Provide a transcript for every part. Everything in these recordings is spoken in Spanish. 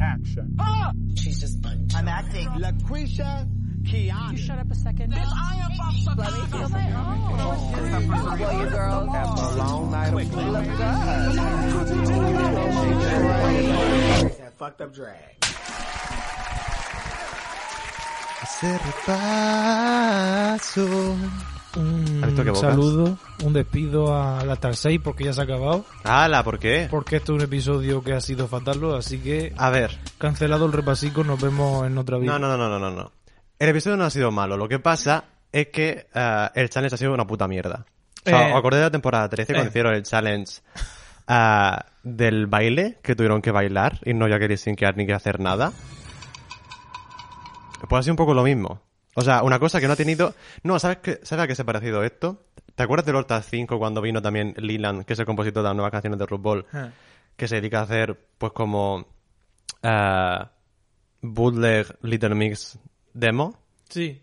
Action. Ah! She's just untucked. I'm acting. LaQuisha You Kiana. shut up a second. Bitch, I am from Well, you girls have a long night of fun. That fucked up drag. ¿Has visto qué Un bocas? saludo, un despido a las 6 porque ya se ha acabado. ¡Hala! ¿Por qué? Porque este es un episodio que ha sido fatal, así que A ver. cancelado el repasico, nos vemos en otra vida. No, no, no, no, no, no, no. El episodio no ha sido malo. Lo que pasa es que eh, el challenge ha sido una puta mierda. O sea, Eh. ¿os acordáis de la temporada 13 cuando Eh. hicieron el challenge ah, del baile? Que tuvieron que bailar y no ya queréis sin quedar ni que hacer nada. Pues ha sido un poco lo mismo. O sea, una cosa que no ha tenido... No, ¿sabes, qué, ¿sabes a qué se ha parecido esto? ¿Te acuerdas del Horta 5 cuando vino también Leland, que es el compositor de las nuevas canciones de RuPaul? Eh. que se dedica a hacer, pues, como eh, bootleg Little Mix demo. Sí.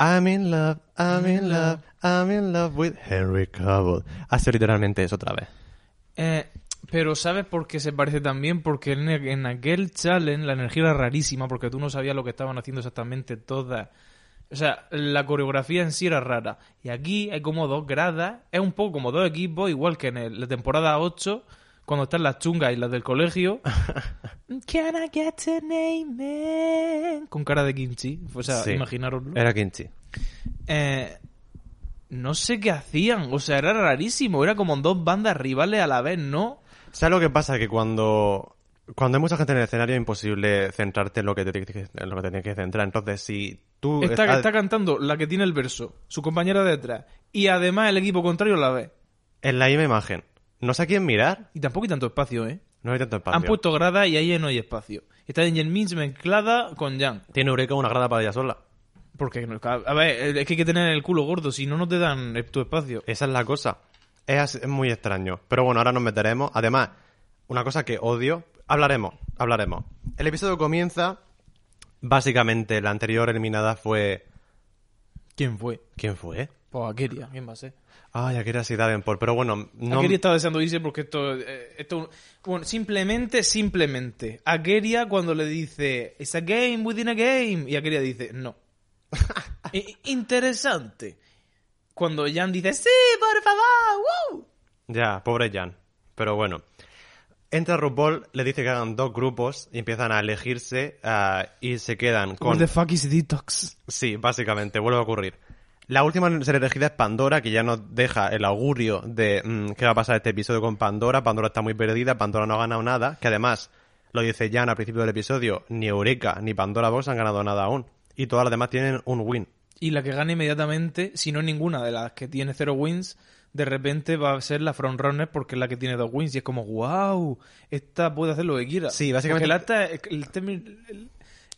I'm in love, I'm in love, I'm in love with Henry Cavill. Hace literalmente eso otra vez. Eh, pero ¿sabes por qué se parece también? Porque en, en aquel challenge la energía era rarísima porque tú no sabías lo que estaban haciendo exactamente todas. O sea, la coreografía en sí era rara. Y aquí hay como dos gradas, es un poco como dos equipos, igual que en el- la temporada 8, cuando están las chungas y las del colegio. Can I get an amen? Con cara de kimchi. O sea, Sí. imaginaroslo. Era Kimchi. Eh, no sé qué hacían, o sea, era rarísimo. Era como dos bandas rivales a la vez, ¿no? ¿Sabes lo que pasa? Que cuando, cuando hay mucha gente en el escenario es imposible centrarte en lo que te, tienes que- en lo que te tienes que centrar. Entonces, si tú... Está, estás- está cantando la que tiene el verso, su compañera detrás, y además el equipo contrario la ve. en la misma imagen. No sé a quién mirar. Y tampoco hay tanto espacio, ¿eh? No hay tanto espacio. Han puesto grada y ahí no hay espacio. Está en Minch mezclada con Jan. Tiene Eureka una grada para ella sola. Porque, no- a ver, es que hay que tener el culo gordo, si no, no te dan tu espacio. Esa es la cosa. Es, as- es muy extraño. Pero bueno, ahora nos meteremos. Además, una cosa que odio. Hablaremos, hablaremos. El episodio comienza. Básicamente, la anterior eliminada fue. ¿Quién fue? ¿Quién fue? Pues Akeria, ¿quién va a ser? Ay, aquí era así Davenport. Pero bueno, no. Akeria estaba deseando irse porque esto, eh, esto... Bueno, simplemente, simplemente. Akeria cuando le dice, it's a game within a game. Y Akeria dice, no. I- interesante. Cuando Jan dice, sí, por favor, wow. Ya, pobre Jan. Pero bueno. Entra RuPaul, le dice que hagan dos grupos y empiezan a elegirse ah, y se quedan con. fuck is detox? Sí, básicamente, vuelve a ocurrir. La última en ser elegida es Pandora, que ya nos deja el augurio de mm, qué va a pasar este episodio con Pandora. Pandora está muy perdida, Pandora no ha ganado nada, que además, lo dice Jan al principio del episodio, ni Eureka ni Pandora Box han ganado nada aún. Y todas las demás tienen un win. Y la que gane inmediatamente, si no ninguna de las que tiene cero wins, de repente va a ser la frontrunner porque es la que tiene dos wins. Y es como, wow, esta puede hacer lo que quiera. Sí, básicamente- Porque la alta- el temi- el-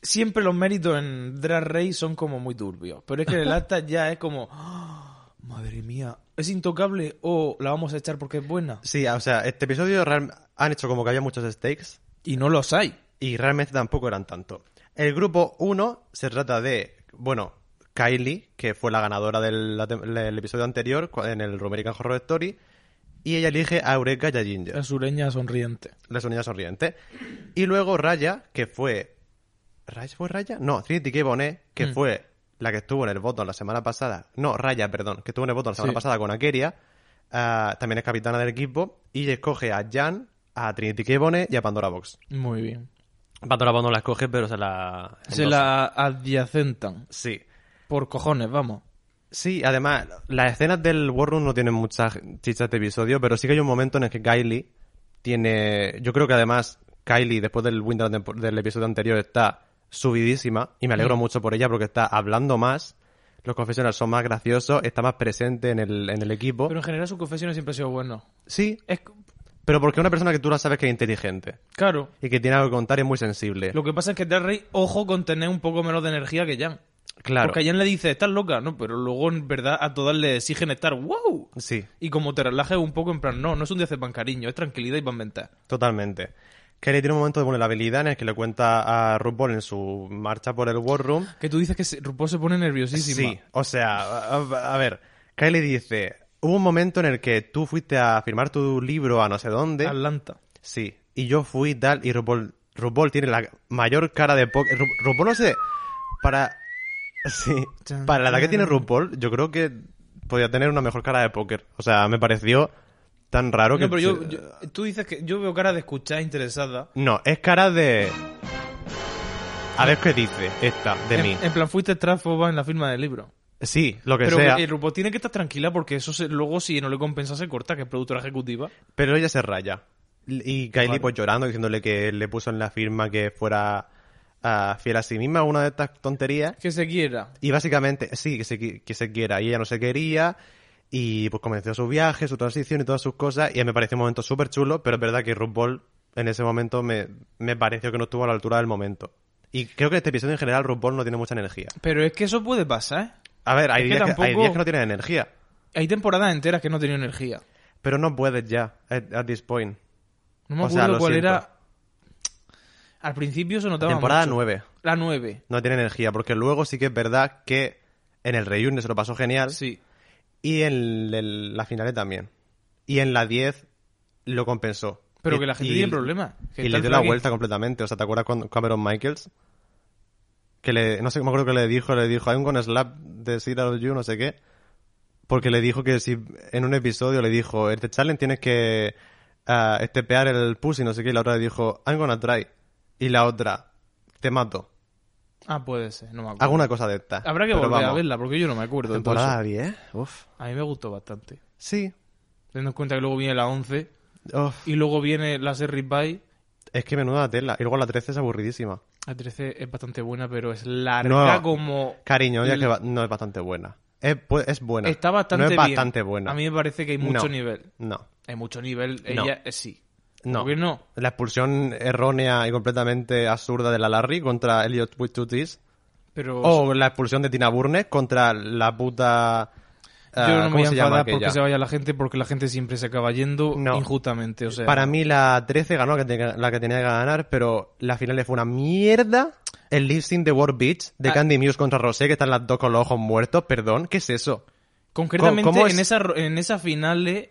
siempre los méritos en Drag Race son como muy turbios. Pero es que el alta ya es como, "Ah, madre mía, ¿es intocable o la vamos a echar porque es buena? Sí, o sea, este episodio real- han hecho como que había muchos stakes Y no los hay. y realmente tampoco eran tanto. El grupo 1 se trata de, bueno, Kylie, que fue la ganadora del, la tem- del episodio anterior cu- en el American Horror Story, y ella elige a Eureka y a La Ginger, sureña sonriente. la sonida sonriente. Y luego Raya, que fue... ¿Raya fue Raya? No, Trinity K. Bonet, que Mm. fue la que estuvo en el voto la semana pasada. No, Raya, perdón, que estuvo en el voto la semana Sí. pasada con Akeria. ah, también es capitana del equipo. Y escoge a Jan, a Trinity K. Bonet y a Pandora Box. Muy bien. Pandora Box no la escoge, pero se la... Se la adyacentan. Sí. Por cojones, vamos. Sí, además, las escenas del War Room no tienen muchas chichas de episodio, pero sí que hay un momento en el que Kylie tiene... Yo creo que además Kylie, después del win de la tempo- del episodio anterior, está subidísima y me alegro mucho por ella porque está hablando más, los confesionales son más graciosos, está más presente en el, en el equipo. Pero en general su confesión siempre ha sido bueno. Sí, Es, Pero porque es una persona que tú la sabes que es inteligente Claro. y que tiene algo que contar y es muy sensible. Lo que pasa es que Del Rey, ojo con tener un poco menos de energía que Jan. Claro. Porque a Jan le dice, estás loca, ¿no? Pero luego, en verdad, a todas le exigen estar, wow. Sí, Y como te relajes un poco, en plan, no, no es un día de pan cariño, es tranquilidad y pan ventaja. totalmente. Kelly tiene un momento de vulnerabilidad en el que le cuenta a RuPaul en su marcha por el War Room Que tú dices que se- RuPaul se pone nerviosísima. Sí, o sea, a, a- a ver, Kylie dice, hubo un momento en el que tú fuiste a firmar tu libro a no sé dónde. Atlanta. Sí, y yo fui tal, y RuPaul, RuPaul tiene la mayor cara de... po- Ru- RuPaul no sé, para... Sí, Chan, para la edad que chan. tiene RuPaul, yo creo que podía tener una mejor cara de póker. O sea, me pareció tan raro que... No, pero yo, yo- tú dices que yo veo cara de escuchar interesada. No, es cara de... A ver qué dice esta de en, mí. en plan, fuiste tráfoba en la firma del libro. Sí, lo que em, Pero sea. el RuPaul tiene que estar tranquila porque eso se- luego, si no le compensa, se corta, que es productora ejecutiva. Pero ella se raya. Y Kylie, Claro. pues llorando, diciéndole que le puso en la firma que fuera ah, fiel a sí misma, una de estas tonterías. Que se quiera. Y básicamente, sí, que se, qui- que se quiera. Y ella no se quería. Y pues comenzó su viaje, su transición y todas sus cosas. Y me pareció un momento súper chulo, pero es verdad que RuPaul en ese momento me, me pareció que no estuvo a la altura del momento. Y creo que en este episodio en general RuPaul no tiene mucha energía. Pero es que eso puede pasar. ¿eh? A ver, hay, que días, que, hay tampoco- días que no tienen energía. Hay temporadas enteras que no he tenido energía. Pero no puedes ya, at, at this point. No me O sea, acuerdo lo cuál siento. era. Al principio se notaba. Temporada mucho. 9. La 9. no tiene energía, porque luego sí que es verdad que en el reunion se lo pasó genial Sí. y en el- la final también. Y en la 10 lo compensó. Pero Y- que la gente y- tiene problemas. Que Y está le el dio la fracking. vuelta completamente. O sea, ¿te acuerdas cuando Cameron Michaels? Que le, no sé, me acuerdo que le dijo, le dijo, hay un con slap de Cyril You, no sé qué. Porque le dijo que si en un episodio le dijo, este challenge tienes que ah, estepear el pussy, no sé qué, y la otra le dijo, I'm gonna try. Y la otra, te mato. Ah, puede ser. No me acuerdo. Alguna cosa de esta. Habrá que Pero volver a vamos, verla porque yo no me acuerdo. de todo Temporada eso. 10, Uf. A mí me gustó bastante. Sí. Teniendo en cuenta que luego viene la 11 Uf. y luego viene la Series By. Es que menuda tela. Y luego la 13 es aburridísima. La 13 es bastante buena, pero es larga No. como. Cariño, ya L- que va- no es bastante buena. Es, bu- es buena. Mm. Está bastante No es bien. bastante buena. A mí me parece que hay mucho No. nivel. No. Hay mucho nivel. No. Ella eh, sí. No. ¿Por qué no? La expulsión errónea y completamente absurda de la Larry contra Elliot with two T's. Pero. O la expulsión de Tina Burner contra la puta. ah, Yo no me ¿Cómo voy a se llama enfadar aquella? porque se vaya la gente, porque la gente siempre se acaba yendo No. injustamente. O sea, Para mí la 13 ganó la que, tenía, la que tenía que ganar, pero la final fue una mierda. El lip sync de War Beach de Ah. Candy Muse contra Rosé, que están las dos con los ojos muertos, perdón, ¿qué es eso? concretamente ¿cómo es? en esa ro- en esa finales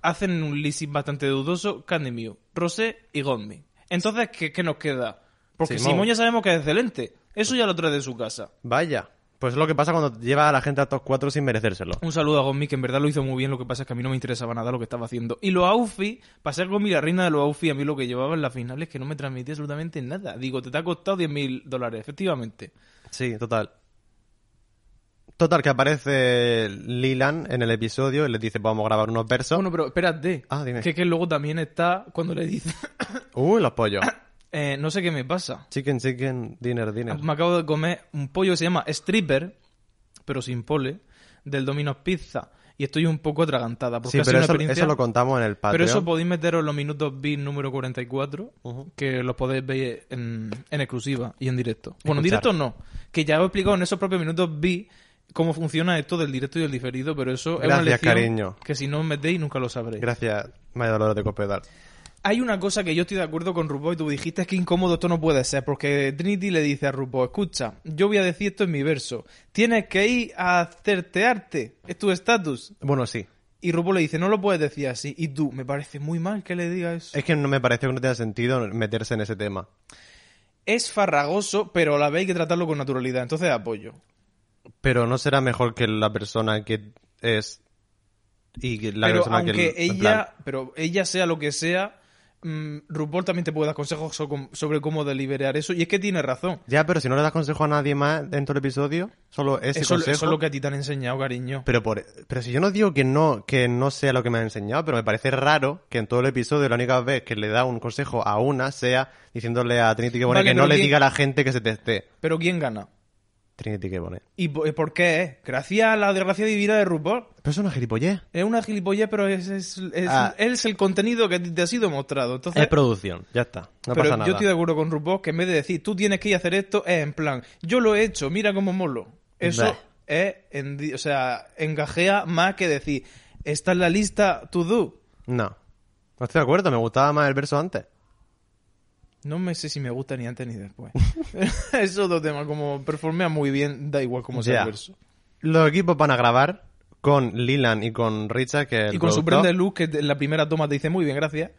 hacen un leasing bastante dudoso Candy Mew, Rosé y Godmi. Entonces, ¿qué, qué nos queda? Porque Simón. Simón ya sabemos que es excelente. Eso ya lo trae de su casa. Vaya, pues es lo que pasa cuando lleva a la gente a top 4 sin merecérselo. Un saludo a Gomi, que en verdad lo hizo muy bien, lo que pasa es que a mí no me interesaba nada lo que estaba haciendo. Y los outfits, para ser Gomi la reina de los outfits, a mí lo que llevaba en las finales que no me transmitía absolutamente nada. Digo, te, te ha costado 10.000 dólares, efectivamente. Sí, total. Total, que aparece Lilan en el episodio y les dice, vamos a grabar unos versos. Bueno, pero espérate. Ah, dime. Que, que luego también está cuando le dice, Uy, los pollos. eh, no sé qué me pasa. chicken, chicken, dinner, dinner. Me acabo de comer un pollo que se llama stripper, pero sin pole, del Domino's Pizza. Y estoy un poco atragantada. Porque Sí, ha sido pero una eso, experiencia- eso lo contamos en el Patreon. Pero eso podéis meteros en los minutos VIP número 44, Ujú. que los podéis ver en, en exclusiva y en directo. Bueno, en directo Escuchar. no, que ya os he explicado en esos propios minutos VIP cómo funciona esto del directo y del diferido, pero eso es una Gracias, lección cariño. que si no os metéis nunca lo sabréis. Gracias, María Dolores de Cospedal. Hay una cosa que yo estoy de acuerdo con RuPaul y tú dijiste es que incómodo esto no puede ser, porque Trinity le dice a RuPaul, escucha, yo voy a decir esto en mi verso, tienes que ir a hacerte arte, es tu estatus. Bueno, sí. Y RuPaul le dice, no lo puedes decir así, y tú, me parece muy mal que le diga eso. Es que no me parece que no tenga sentido meterse en ese tema. Es farragoso, pero a la vez hay que tratarlo con naturalidad, entonces apoyo. Pero no será mejor que la persona que es y que la pero persona aunque que en plan, ella, pero ella sea lo que sea, mm, RuPaul también te puede dar consejos so- com- sobre cómo deliberar eso, y es que tiene razón. Ya, pero si no le das consejo a nadie más dentro del episodio, solo ese Eso, consejo. eso es lo que a ti te han enseñado, cariño. Pero por pero si yo no digo que no que no sea lo que me han enseñado, pero me parece raro que en todo el episodio la única vez que le da un consejo a una sea diciéndole a Trinity que, bueno, Vale, que no pero le ¿quién- diga a la gente que se teste. Pero ¿quién gana? Trinity K. Bonnet. ¿Y po- eh, por qué es? Gracias a la desgracia divina de RuPaul. Pero eso es una gilipollez. Es una gilipollez, pero es, es, es- Ah. es el contenido que te ha sido mostrado. Entonces, Es producción, ya está. No pero pasa nada. yo estoy de acuerdo con RuPaul que en vez de decir tú tienes que ir a hacer esto, es en plan, yo lo he hecho, mira cómo molo. Eso Bah. es, en- o sea, engajea más que decir, esta es la lista to do. No. No estoy de acuerdo, me gustaba más el verso antes. No me sé si me gusta ni antes ni después. Esos dos temas, como performea muy bien, da igual cómo sea Ya. el verso. Los equipos van a grabar con Leland y con Richard, que es el y con su productor. prenda de luz, que en la primera toma te dice muy bien, gracias.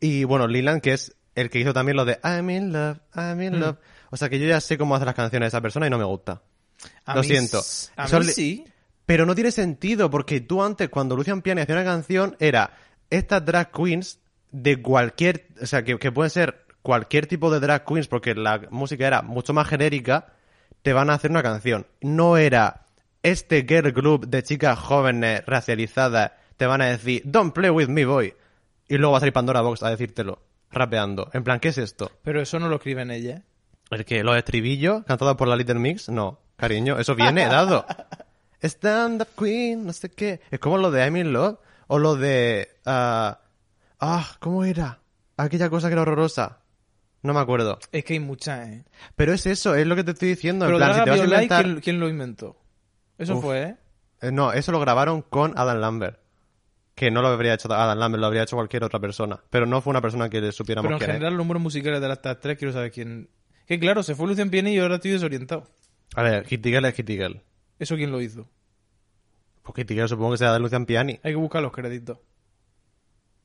Y bueno, Leland, que es el que hizo también lo de I'm in love, I'm Mm. in love. O sea que yo ya sé cómo hace las canciones de esa persona y no me gusta. A Lo mí siento. s- A Son mí li- sí. Pero no tiene sentido, porque tú antes, cuando Lucian Piani hacía una canción, era estas drag queens de cualquier. O sea, que, que pueden ser cualquier tipo de drag queens, porque la música era mucho más genérica, te van a hacer una canción. No era este girl group de chicas jóvenes, racializadas, te van a decir, don't play with me, boy. Y luego va a salir Pandora Box a decírtelo, rapeando. En plan, ¿qué es esto? Pero eso no lo escriben ella. ¿eh? El que los estribillos cantados por la Little Mix, no, cariño, eso viene dado. Stand up queen, no sé qué. Es como lo de I'm in love o lo de ah, ah, ¿cómo era? Aquella cosa que era horrorosa. No me acuerdo. Es que hay muchas, ¿eh? Pero es eso, es lo que te estoy diciendo. Pero en plan, si Draga te vas a Viola, ¿y inventar- ¿quién, quién lo inventó? Eso Uf. fue, ¿eh? Eh, No, eso lo grabaron con Adam Lambert. Que no lo habría hecho Adam Lambert, lo habría hecho cualquier otra persona. Pero no fue una persona que le supiéramos Pero en quién es. general, los números musicales de las tres, quiero saber quién. Que claro, se fue Lucian Piene y ahora estoy desorientado. A ver, Kitty Girl es Kitty Girl. ¿Eso quién lo hizo? Pues Kitty Girl supongo que sea de Lucian Piani. Hay que buscar los créditos.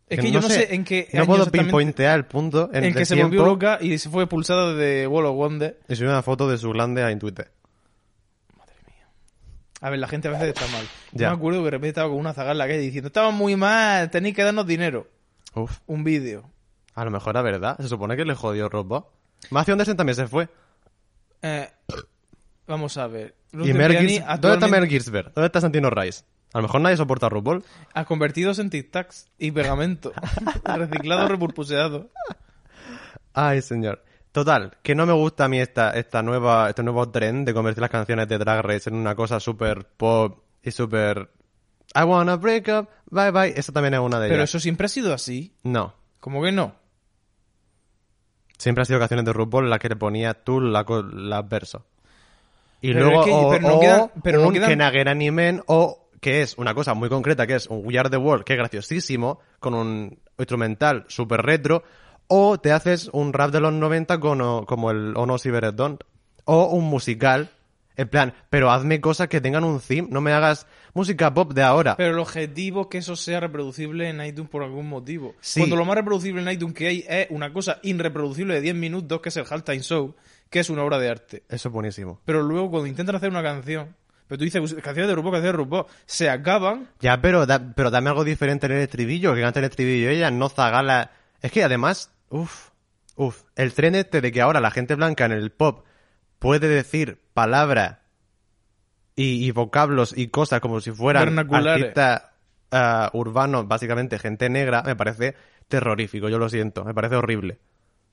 Es que, yo no sé, en qué. No año puedo exactamente- pinpointear el punto en, En, el que se tiempo, volvió loca y se fue expulsada de Wall of Wonder. Y subí una foto de su glande en Twitter. A ver, la gente a veces está mal. Ya. Yo me acuerdo que de repente estaba con una zaga en la calle diciendo: Estamos muy mal, tenéis que darnos dinero. Uf. Un vídeo. A lo mejor era verdad. Se supone que le jodió Robot. Más Anderson también se fue. Eh, vamos a ver. y Lucian Mel Piani Gibson- ¿Dónde está actualmente Mel Gibson? ¿Dónde está Santino Rice? A lo mejor nadie soporta a RuPaul. Ha convertidos en tic-tacs y pegamento. Reciclado, repurpuseado. Ay, señor. Total, que no me gusta a mí esta, esta nueva, este nuevo tren de convertir las canciones de Drag Race en una cosa súper pop y súper... I wanna break up, bye bye. Esa también es una de ellas. Pero eso siempre ha sido así. No. ¿Cómo que no? Siempre ha sido canciones de RuPaul en las que le ponía tú la, co- las versos. Y Pero luego, es que- o, pero no o quedan- pero no un quedan- Kenagera Nimen, o que es una cosa muy concreta, que es un We Are the World, que es graciosísimo, con un instrumental súper retro, o te haces un rap de los 90 con, o- como el Oh Ono Cyber Don't, o un musical, en plan, pero hazme cosas que tengan un theme, no me hagas música pop de ahora. Pero el objetivo es que eso sea reproducible en iTunes por algún motivo. Sí. Cuando lo más reproducible en iTunes que hay es una cosa irreproducible de 10 minutos, que es el Halftime Show, que es una obra de arte. Eso es buenísimo. Pero luego cuando intentan hacer una canción, pero tú dices canciones de RuPaul, canciones de RuPaul, se acaban. Ya, pero, da- pero dame algo diferente en el estribillo, que cante el estribillo ella, no zagala. Es que además, uff, uff, el tren este de que ahora la gente blanca en el pop puede decir palabras y, y vocablos y cosas como si fueran Vernaculares. artistas ah, urbanos, básicamente gente negra, me parece terrorífico, yo lo siento, me parece horrible.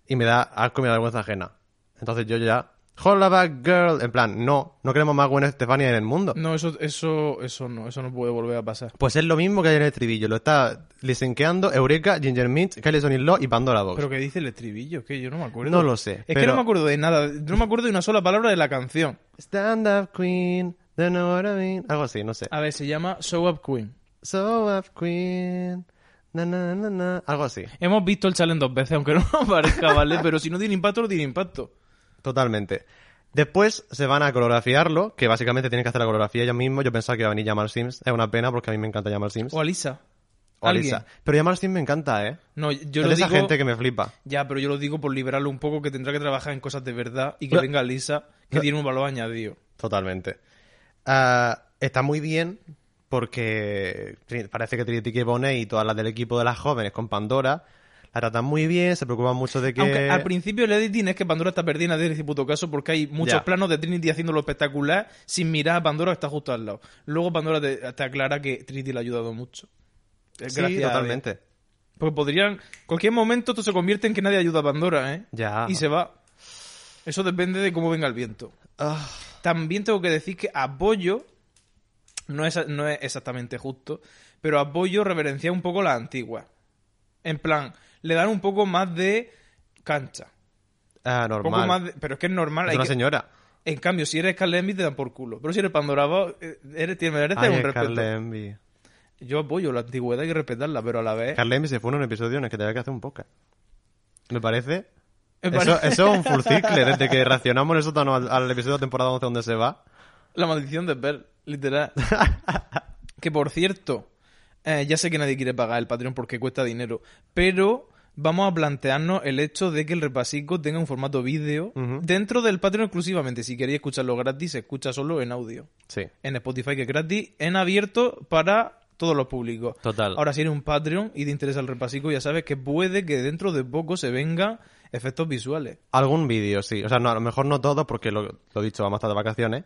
Y me da asco y me da vergüenza ajena. Entonces yo ya, hola back girl, en plan, no, no queremos más Gwen Stefania en el mundo. No, eso, eso, eso no, eso no puede volver a pasar. Pues es lo mismo que hay en el estribillo. Lo está lisenqueando Eureka, Ginger Mint, Kylie Sonic Law y Pandora Box. Pero que dice el estribillo, que yo no me acuerdo. No lo sé. Es que pero- no me acuerdo de nada, no me acuerdo de una sola palabra de la canción. Stand up queen, the know what I mean. Algo así, no sé. A ver, se llama Show Up Queen. So up queen, na na na na. Algo así. Hemos visto el challenge dos veces, aunque no nos parezca, ¿vale? Pero si no tiene impacto, no tiene impacto. Totalmente. Después se van a coreografiarlo, que básicamente tienen que hacer la coreografía ellos mismos. Yo pensaba que iba a venir Jamal Sims. Es una pena porque a mí me encanta Jamal Sims. O Alisa. O Alisa. alguien. Pero Jamal Sims me encanta, ¿eh? No, yo es lo de esa digo... gente que me flipa. Ya, pero yo lo digo por liberarlo un poco, que tendrá que trabajar en cosas de verdad y que No. venga Lisa, que No. tiene un valor añadido. Totalmente. Ah, está muy bien porque Trin- parece que Trinity K. Bonet y todas las del equipo de las jóvenes con Pandora la tratan muy bien, se preocupan mucho de que... Aunque al principio el editing es que Pandora está perdida en hacer ese puto caso porque hay muchos Ya. planos de Trinity haciéndolo espectacular sin mirar a Pandora que está justo al lado. Luego Pandora te, te aclara que Trinity le ha ayudado mucho. Eh, Sí, gracias a- totalmente. Porque podrían... Cualquier momento esto se convierte en que nadie ayuda a Pandora, ¿eh? Ya. Y se va. Eso depende de cómo venga el viento. Ah, También tengo que decir que apoyo, no es, no es exactamente justo, pero apoyo reverencia un poco las antiguas. En plan, le dan un poco más de cancha. Ah, Un poco normal. más de- ¿eh? pero es que es normal. Es hay una que- señora. En cambio, si eres Carl Envy, te dan por culo. Pero si eres Pandora Box, eh, eres, tienes, mereces Ay, un es respeto. Carla Envy. Yo apoyo la antigüedad, hay que respetarla, pero a la vez... Carla Envy se fue en un episodio en el que tenía que hacer un podcast. Me parece. Me Eso, parece- eso es un full circle. Desde que reaccionamos en el sótano al, al episodio de temporada 11 donde se va. La maldición de Bell, literal. que por cierto, eh, ya sé que nadie quiere pagar el Patreon porque cuesta dinero, pero vamos a plantearnos el hecho de que el repasico tenga un formato vídeo Ujú. dentro del Patreon exclusivamente. Si queréis escucharlo gratis, se escucha solo en audio. Sí. En Spotify, que es gratis, en abierto para todos los públicos. Total. Ahora, si eres un Patreon y te interesa el repasico, ya sabes que puede que dentro de poco se vengan efectos visuales. Algún vídeo, sí. O sea, no, a lo mejor no todos, porque lo, lo dicho, vamos a estar de vacaciones.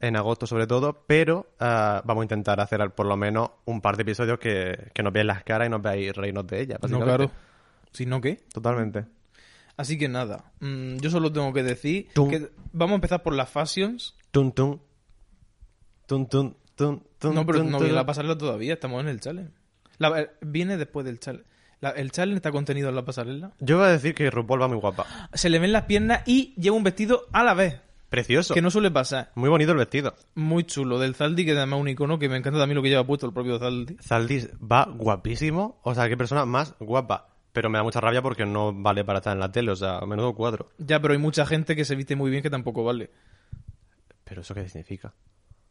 En agosto, sobre todo. Pero ah, vamos a intentar hacer al- por lo menos un par de episodios que, que nos veáis las caras y nos veáis reírnos de ellas. No, básicamente. claro. Si no, ¿qué? Totalmente. Así que nada, mm, yo solo tengo que decir Tum. que vamos a empezar por las fashions. Tun, tun. Tun, tun, tun, tun, no, pero tun, no tun. viene la pasarela todavía, estamos en el challenge. La- eh, viene después del challenge. La- el challenge está contenido en la pasarela. Yo iba a decir que RuPaul va muy guapa. Se le ven las piernas y lleva un vestido a la vez, Precioso. que no suele pasar. Muy bonito el vestido. Muy chulo, del Zaldi, que además es un icono que me encanta también lo que lleva puesto el propio Zaldi. Zaldis va guapísimo. O sea, qué persona más guapa. Pero me da mucha rabia porque no vale para estar en la tele. O sea, menudo cuadro. Ya, pero hay mucha gente que se viste muy bien que tampoco vale. ¿Pero eso qué significa?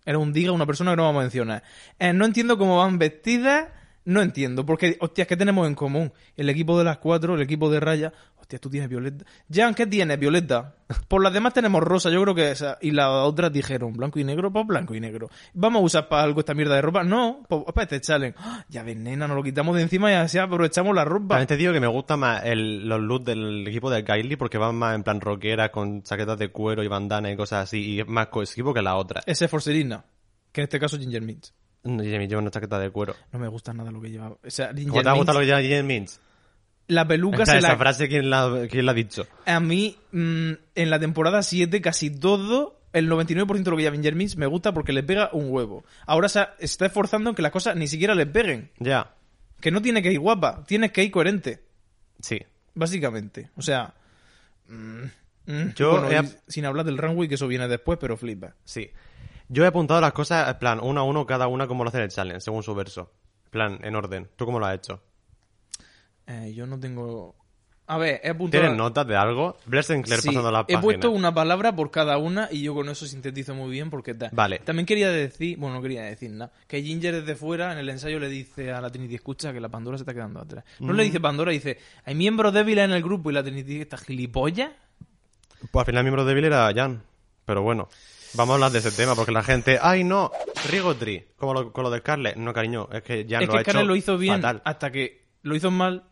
Era un diga, una persona que no vamos a mencionar. Eh, no entiendo cómo van vestidas, no entiendo. Porque, hostias, ¿qué tenemos en común? El equipo de las cuatro, el equipo de Raya. Hostias, tú tienes Violeta. Jan, ¿qué tienes, Violeta? Por las demás tenemos Rosa, yo creo que esa. Y las otras dijeron, blanco y negro, pues blanco y negro. ¿Vamos a usar para algo esta mierda de ropa? No, pues para este challenge. ¡Ah! Ya ves, nena, nos lo quitamos de encima y así aprovechamos la ropa. También te digo que me gusta más el- los looks del equipo de Kylie porque van más en plan rockera con chaquetas de cuero y bandana y cosas así y es más cohesivo que la otra. Ese es Forcerina, que en este caso es Ginger Mint. No, Jamie lleva una chaqueta de cuero. No me gusta nada lo que lleva. O sea, ¿Cómo Ginger te ha gustado lo Mint, que lleva Jamie Mintz? la peluca Esa, se esa la frase, ¿quién la, ¿quién la ha dicho? A mí, mm, en la temporada 7, casi todo, el 99% de lo que lleva Jermis me gusta porque le pega un huevo. Ahora se ha- se está esforzando en que las cosas ni siquiera les peguen. Ya. Que no tiene que ir guapa, tienes que ir coherente, Sí. básicamente. O sea. mm, mm, Yo bueno, y he ap- sin hablar del runway, que eso viene después, pero flipa. Sí. Yo he apuntado las cosas, en plan, uno a uno, cada una como lo hace en el challenge, según su verso. En plan, en orden. ¿Tú cómo lo has hecho? Eh, yo no tengo. A ver, he apuntado. ¿Tienes notas de algo? Blair Sinclair Sí, pasando la he página. puesto una palabra por cada una y yo con eso sintetizo muy bien porque tal. Vale. También quería decir, bueno, no quería decir nada, que Ginger desde fuera en el ensayo le dice a la Trinity, escucha que la Pandora se está quedando atrás. No Mm. le dice Pandora, dice, hay miembros débiles en el grupo y la Trinity está gilipollas. Pues al final el miembro débil era Jan. Pero bueno, vamos a hablar de ese tema porque la gente. ¡Ay no! Rigotri, como lo, con lo de Scarlett. No, cariño, es que Jan es lo que ha hecho. Scarlett lo hizo bien fatal. hasta que lo hizo mal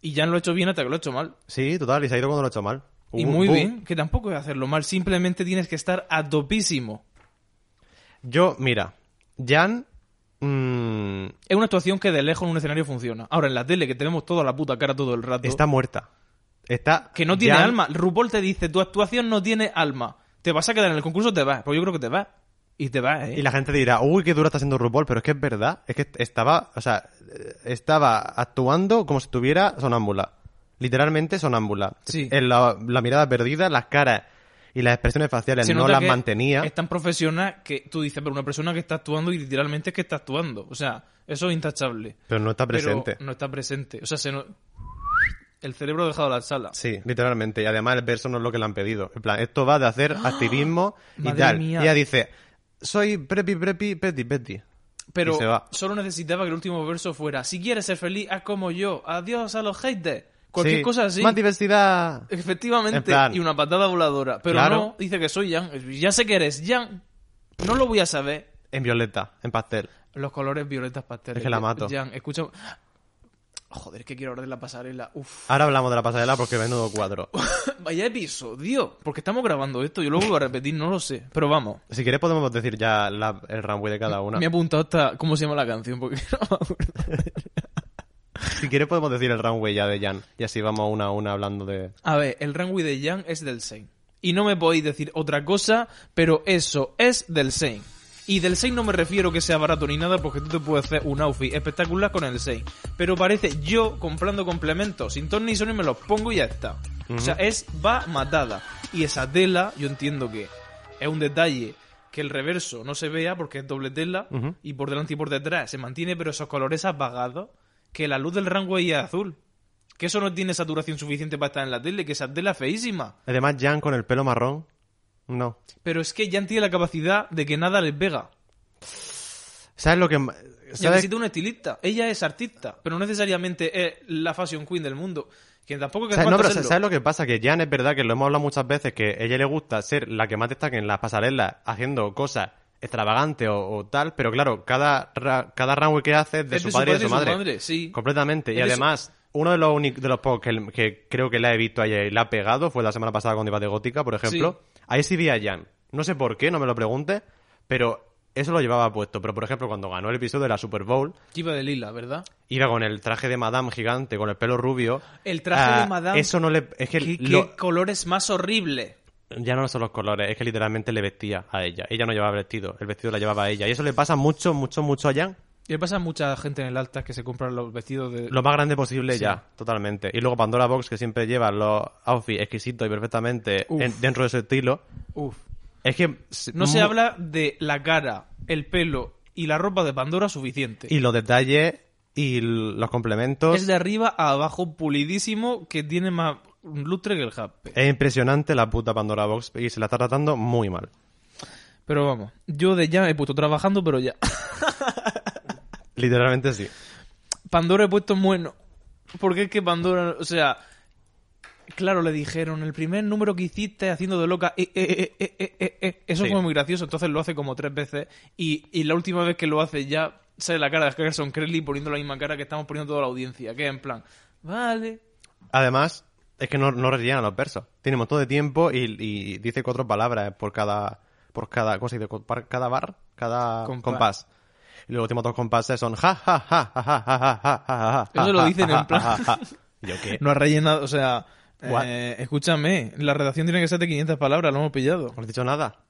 y Jan lo ha hecho bien hasta que lo ha hecho mal. Sí, total, y se ha ido cuando lo ha hecho mal. y Uh, muy bu. bien, que tampoco es hacerlo mal, simplemente tienes que estar a topísimo. Yo, mira, Jan. mm, Es una actuación que de lejos en un escenario funciona. Ahora en la tele, que tenemos toda la puta cara todo el rato. está muerta. Está. Que no tiene Jan- alma. RuPaul te dice, tu actuación no tiene alma. Te vas a quedar en el concurso, te vas. Pues yo creo que te vas. Y te vas, ¿eh? Y la gente dirá, uy, qué dura está siendo RuPaul, pero es que es verdad, es que estaba, o sea, estaba actuando como si estuviera sonámbula. Literalmente sonámbula. Sí. En la, la mirada perdida, las caras y las expresiones faciales Se no nota las que mantenía. Es tan profesional que tú dices, pero una persona que está actuando y literalmente es que está actuando. O sea, eso es intachable. Pero no está Pero presente. no está presente. O sea, se no- el cerebro ha dejado la sala. Sí, literalmente. Y además el verso no es lo que le han pedido. En plan, esto va de hacer activismo y Madre tal. mía. Y ella dice, soy prepi, prepi, peti, peti. Pero Y se va. solo necesitaba que el último verso fuera, si quieres ser feliz, haz como yo. Adiós a los haters. Cualquier Sí, cosa así. Más diversidad. En Efectivamente, plan- y una patada voladora. Pero Claro. no, dice que soy Jan. Ya sé que eres Jan. No lo voy a saber. En violeta, en pastel. Los colores violetas pasteles. Es que la mato. Jan, escucha. Joder, que quiero hablar de la pasarela. Uf. Ahora hablamos de la pasarela porque menudo cuadro. Vaya episodio. Porque estamos grabando esto. Yo lo vuelvo a repetir, no lo sé. Pero vamos. Si quieres podemos decir ya la- el runway de cada una. Me he apuntado hasta. ¿Cómo se llama la canción? Porque no me acuerdo. Si quieres podemos decir el runway ya de Jan. Y así vamos una a una hablando de... A ver, el runway de Jan es del Sein. y no me podéis decir otra cosa, pero eso es del Sein. Y del Sein no me refiero que sea barato ni nada, porque tú te puedes hacer un outfit espectacular con el Sein. Pero parece yo comprando complementos sin ton ni son y me los pongo y ya está. O sea, es va matada. Y esa tela, yo entiendo que es un detalle que el reverso no se vea porque es doble tela Ujú. y por delante y por detrás se mantiene, pero esos colores apagados, que la luz del runway es azul. Que eso no tiene saturación suficiente para estar en la tele, que esa tela es feísima. Además, Jan con el pelo marrón. No. Pero es que Jan tiene la capacidad de que nada les pega. ¿Sabes lo que.? ma- Ya Pues ¿Sabes? necesita un estilista. Ella es artista, pero no necesariamente es la fashion queen del mundo. Que tampoco que hace ¿Sabes? No, falta pero serlo. ¿sabes lo que pasa? Que Jan es verdad que lo hemos hablado muchas veces, que a ella le gusta ser la que más destaca en las pasarelas haciendo cosas extravagantes o, o tal, pero claro, cada, ra- cada runway que hace es de, Es su, padre y de su madre. sí. Completamente. Y Es de su- además, uno de los, únic- de los pocos que, que creo que la he visto ayer y la ha pegado fue la semana pasada con Debate Gótica, por ejemplo. Ahí sí vi a Jan. No sé por qué, no me lo preguntes, pero eso lo llevaba puesto. Pero por ejemplo, cuando ganó el episodio de la Super Bowl, Chiva de lila, ¿verdad? iba con el traje de Madame gigante, con el pelo rubio. El traje Ah, de Madame. Eso no le. Es que ¿Qué, qué lo- colores más horrible? ya no son los colores, es que literalmente le vestía a ella. Ella no llevaba vestido, el vestido la llevaba a ella. Y eso le pasa mucho, mucho, mucho a Jan. Y le pasa a mucha gente en el alta que se compran los vestidos de... Lo más grande posible ya, totalmente. Y luego Pandora Box, que siempre lleva los outfits exquisitos y perfectamente Uf. en- dentro de su estilo. Uf. Es que... No se mu- habla de la cara, el pelo y la ropa de Pandora suficiente. Y los detalles y l- los complementos. Es de arriba a abajo pulidísimo que tiene más lustre que el Happy. Es impresionante la puta Pandora Box y se la está tratando muy mal. Pero vamos, yo de ya he puesto trabajando, pero ya. Literalmente sí. Pandora he puesto en bueno. Porque es que Pandora, o sea, claro, le dijeron, el primer número que hiciste haciendo de loca, eh, eh, eh, eh, eh, eh, eh". eso Sí. fue muy gracioso, entonces lo hace como tres veces y, y la última vez que lo hace ya sale la cara de Carson Crelly poniendo la misma cara que estamos poniendo toda la audiencia, que es en plan, vale, Además, es que no, no rellena los versos. Tiene un montón de tiempo y, y dice cuatro palabras por cada. por cada. ¿Cómo se dice? Por cada bar, cada Compás. compás. Y los últimos dos compases son ja ja ja ja ja ja ja ja, ja. Eso lo ja, dicen ja, en plan- ja, ja, ja. ¿Y ¿Yo qué? no ha rellenado, o sea, What? eh, escúchame, la redacción tiene que ser de 500 palabras, lo hemos pillado. No has dicho nada.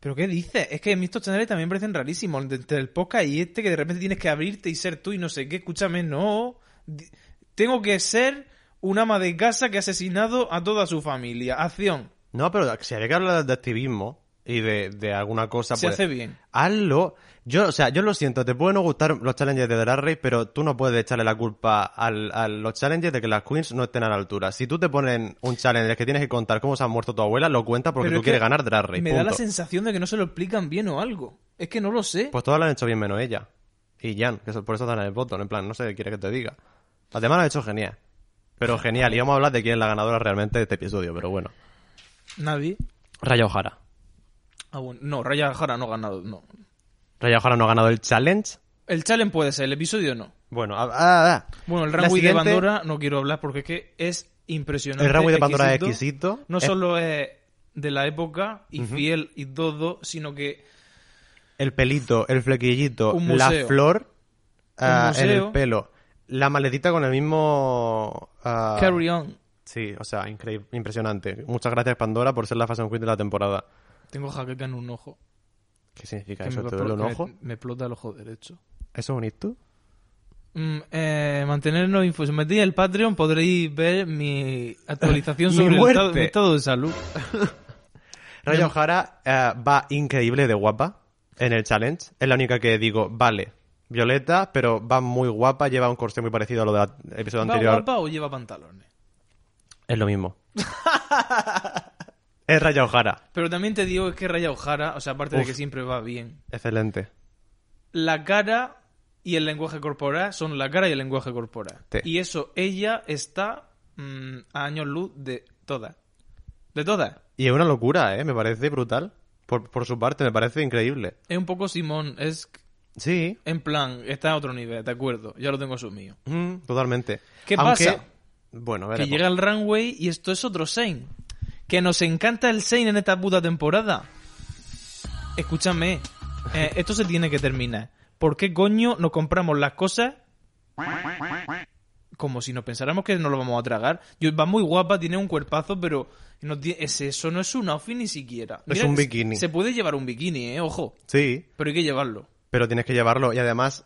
¿Pero qué dices? Es que mis estos canales también parecen rarísimos. Entre el podcast y este que de repente tienes que abrirte y ser tú y no sé qué. Escúchame, no. Di- Tengo que ser un ama de casa que ha asesinado a toda su familia. Acción. No, pero si había que hablar de activismo y de, de alguna cosa, Se pues, hace bien. Hazlo. Yo, o sea, yo lo siento, te pueden no gustar los challenges de Drag Race, pero tú no puedes echarle la culpa al- a los challenges de que las queens no estén a la altura. Si tú te ponen un challenge en el que tienes que contar cómo se ha muerto tu abuela, lo cuentas porque Pero es tú quieres que ganar Drag Race. Me da la punto. sensación de que no se lo explican bien o algo. Es que no lo sé. Pues todas lo han hecho bien menos ella. Y Jan, que eso- por eso dan el voto, en plan, no sé qué quieres que te diga. Además lo han hecho genial. Pero genial, y vamos a hablar de quién es la ganadora realmente de este episodio, pero bueno. Nadie. Raya O'Hara. Ah, bueno. No, Raya Jara no ha ganado. No. Raya O'Hara no ha ganado el challenge. El challenge puede ser, el episodio no. Bueno, ah, ah, ah. Bueno, el La runway de siguiente- Pandora no quiero hablar porque es que es impresionante. El runway de Pandora es exquisito. No Es- solo es de la época y fiel y todo, sino que El pelito, el flequillito, Un la museo. flor ah, en museo. el pelo, la maletita con el mismo... ah, carry on. Sí, o sea, increíble, impresionante. Muchas gracias Pandora por ser la Fashion Queen de la temporada. Tengo jaqueca en un ojo. ¿Qué significa que eso? me, ¿Te va a duele un explo- ojo? me- me explota el ojo derecho. ¿Eso es bonito? Mm, eh, mantenernos info. Si metéis el Patreon podréis ver mi actualización Mi sobre el muerte. estado, mi estado de salud. Raya O'Hara eh, va increíble de guapa en el challenge. Es la única que digo, vale, Violeta, pero va muy guapa, lleva un corsé muy parecido a lo del episodio ¿Va anterior. guapa o lleva pantalones? Es lo mismo. es Raya O'Hara. Pero también te digo es que Raya O'Hara, o sea, aparte de Uf. que siempre va bien, Excelente. la cara y el lenguaje corporal son la cara y el lenguaje corporal. Sí. Y eso, ella está mm, a años luz de todas. De todas. Y es una locura, ¿eh? Me parece brutal. Por, por su parte, me parece increíble. Es un poco Simón, es Sí, en plan, está a otro nivel, de acuerdo, ya lo tengo asumido. mm, totalmente. ¿Qué Aunque- pasa? Bueno, pues, Que veremos. llega al runway y esto es otro Sein. Que nos encanta el Sein en esta puta temporada. Escúchame, eh, esto se tiene que terminar. ¿Por qué coño nos compramos las cosas como si nos pensáramos que no lo vamos a tragar. Yo, va muy guapa, tiene un cuerpazo, pero no tiene- es eso no es un outfit ni siquiera. Es un bikini. Se puede llevar un bikini, eh, ojo, Sí, pero hay que llevarlo. pero tienes que llevarlo. Y además,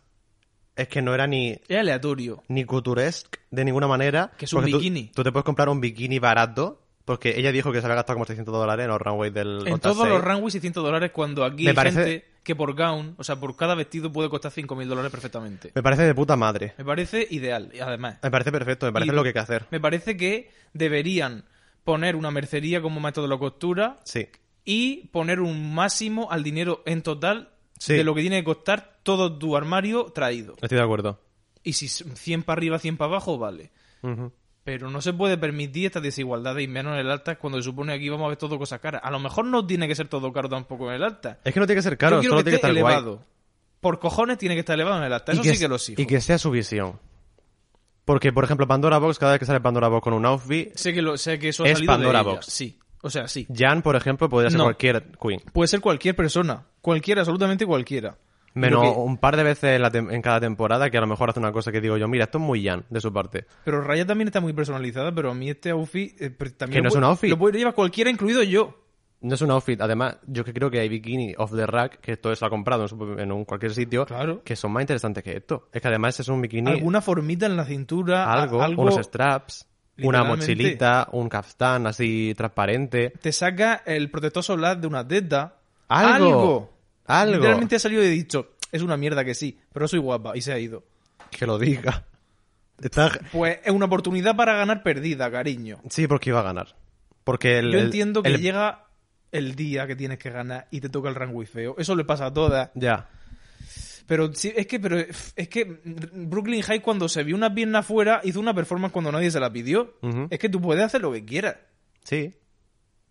es que no era ni, Es aleatorio. ni couturesque de ninguna manera. Que es un porque tú- bikini. Tú, te puedes comprar un bikini barato, porque ella dijo que se había gastado como 600 dólares en los runways del En Hotel todos los Seis. runways 600 dólares cuando aquí Me hay parece- gente que por gown, o sea, por cada vestido puede costar 5.000 dólares perfectamente. Me parece de puta madre. Me parece ideal, y además. Me parece perfecto, me parece Y- lo que hay que hacer. Me parece que deberían poner una mercería como método de la costura Sí. y poner un máximo al dinero en total Sí. de lo que tiene que costar todo tu armario traído. Estoy de acuerdo. Y si es 100 para arriba, 100 para abajo, vale. Ujú. Pero no se puede permitir estas desigualdades y menos en el alta cuando se supone que aquí vamos a ver todo cosas caras. A lo mejor no tiene que ser todo caro tampoco en el alta. Es que no tiene que ser caro, Yo quiero solo que tiene que esté estar guay. elevado. Por cojones tiene que estar elevado en el alta. Eso y que, sí que lo sigo. Y que sea su visión. Porque, por ejemplo, Pandora Box, cada vez que sale Pandora Box con un outfit, Sé que, lo, sé que eso ha Es salido de Pandora ella. Box. Sí. O sea, sí. Jan, por ejemplo, podría ser No. cualquier queen. Puede ser cualquier persona. Cualquiera, absolutamente cualquiera. Menos Pero que- un par de veces en, la tem- en cada temporada que a lo mejor hace una cosa que digo yo, mira, esto es muy Jan de su parte. Pero Raya también está muy personalizada, pero a mí este outfit eh, pre- también... Que no lo es puede- un outfit. Lo puede llevar cualquiera, incluido yo. No es un outfit, además, yo que creo que hay bikini off the rack, que todo eso lo ha comprado en, su- en un cualquier sitio, Claro. que son más interesantes que esto. Es que además ese es un bikini, Alguna formita en la cintura. a- algo, algo unos straps, una literalmente. mochilita, un caftán así transparente. Te saca el protector solar de una teta. Algo. Algo. Algo. Literalmente ha salido y he dicho, es una mierda que sí, pero soy guapa y se ha ido. Que lo diga. Está- Pues es una oportunidad para ganar perdida, cariño. Sí, porque iba a ganar. Porque el, Yo el- entiendo que el- llega el día que tienes que ganar y te toca el rango y feo. Eso le pasa a todas. Ya. Pero sí, es que, pero es que Brooklyn High cuando se vio una pierna afuera hizo una performance cuando nadie se la pidió. Ujú. Es que tú puedes hacer lo que quieras. Sí.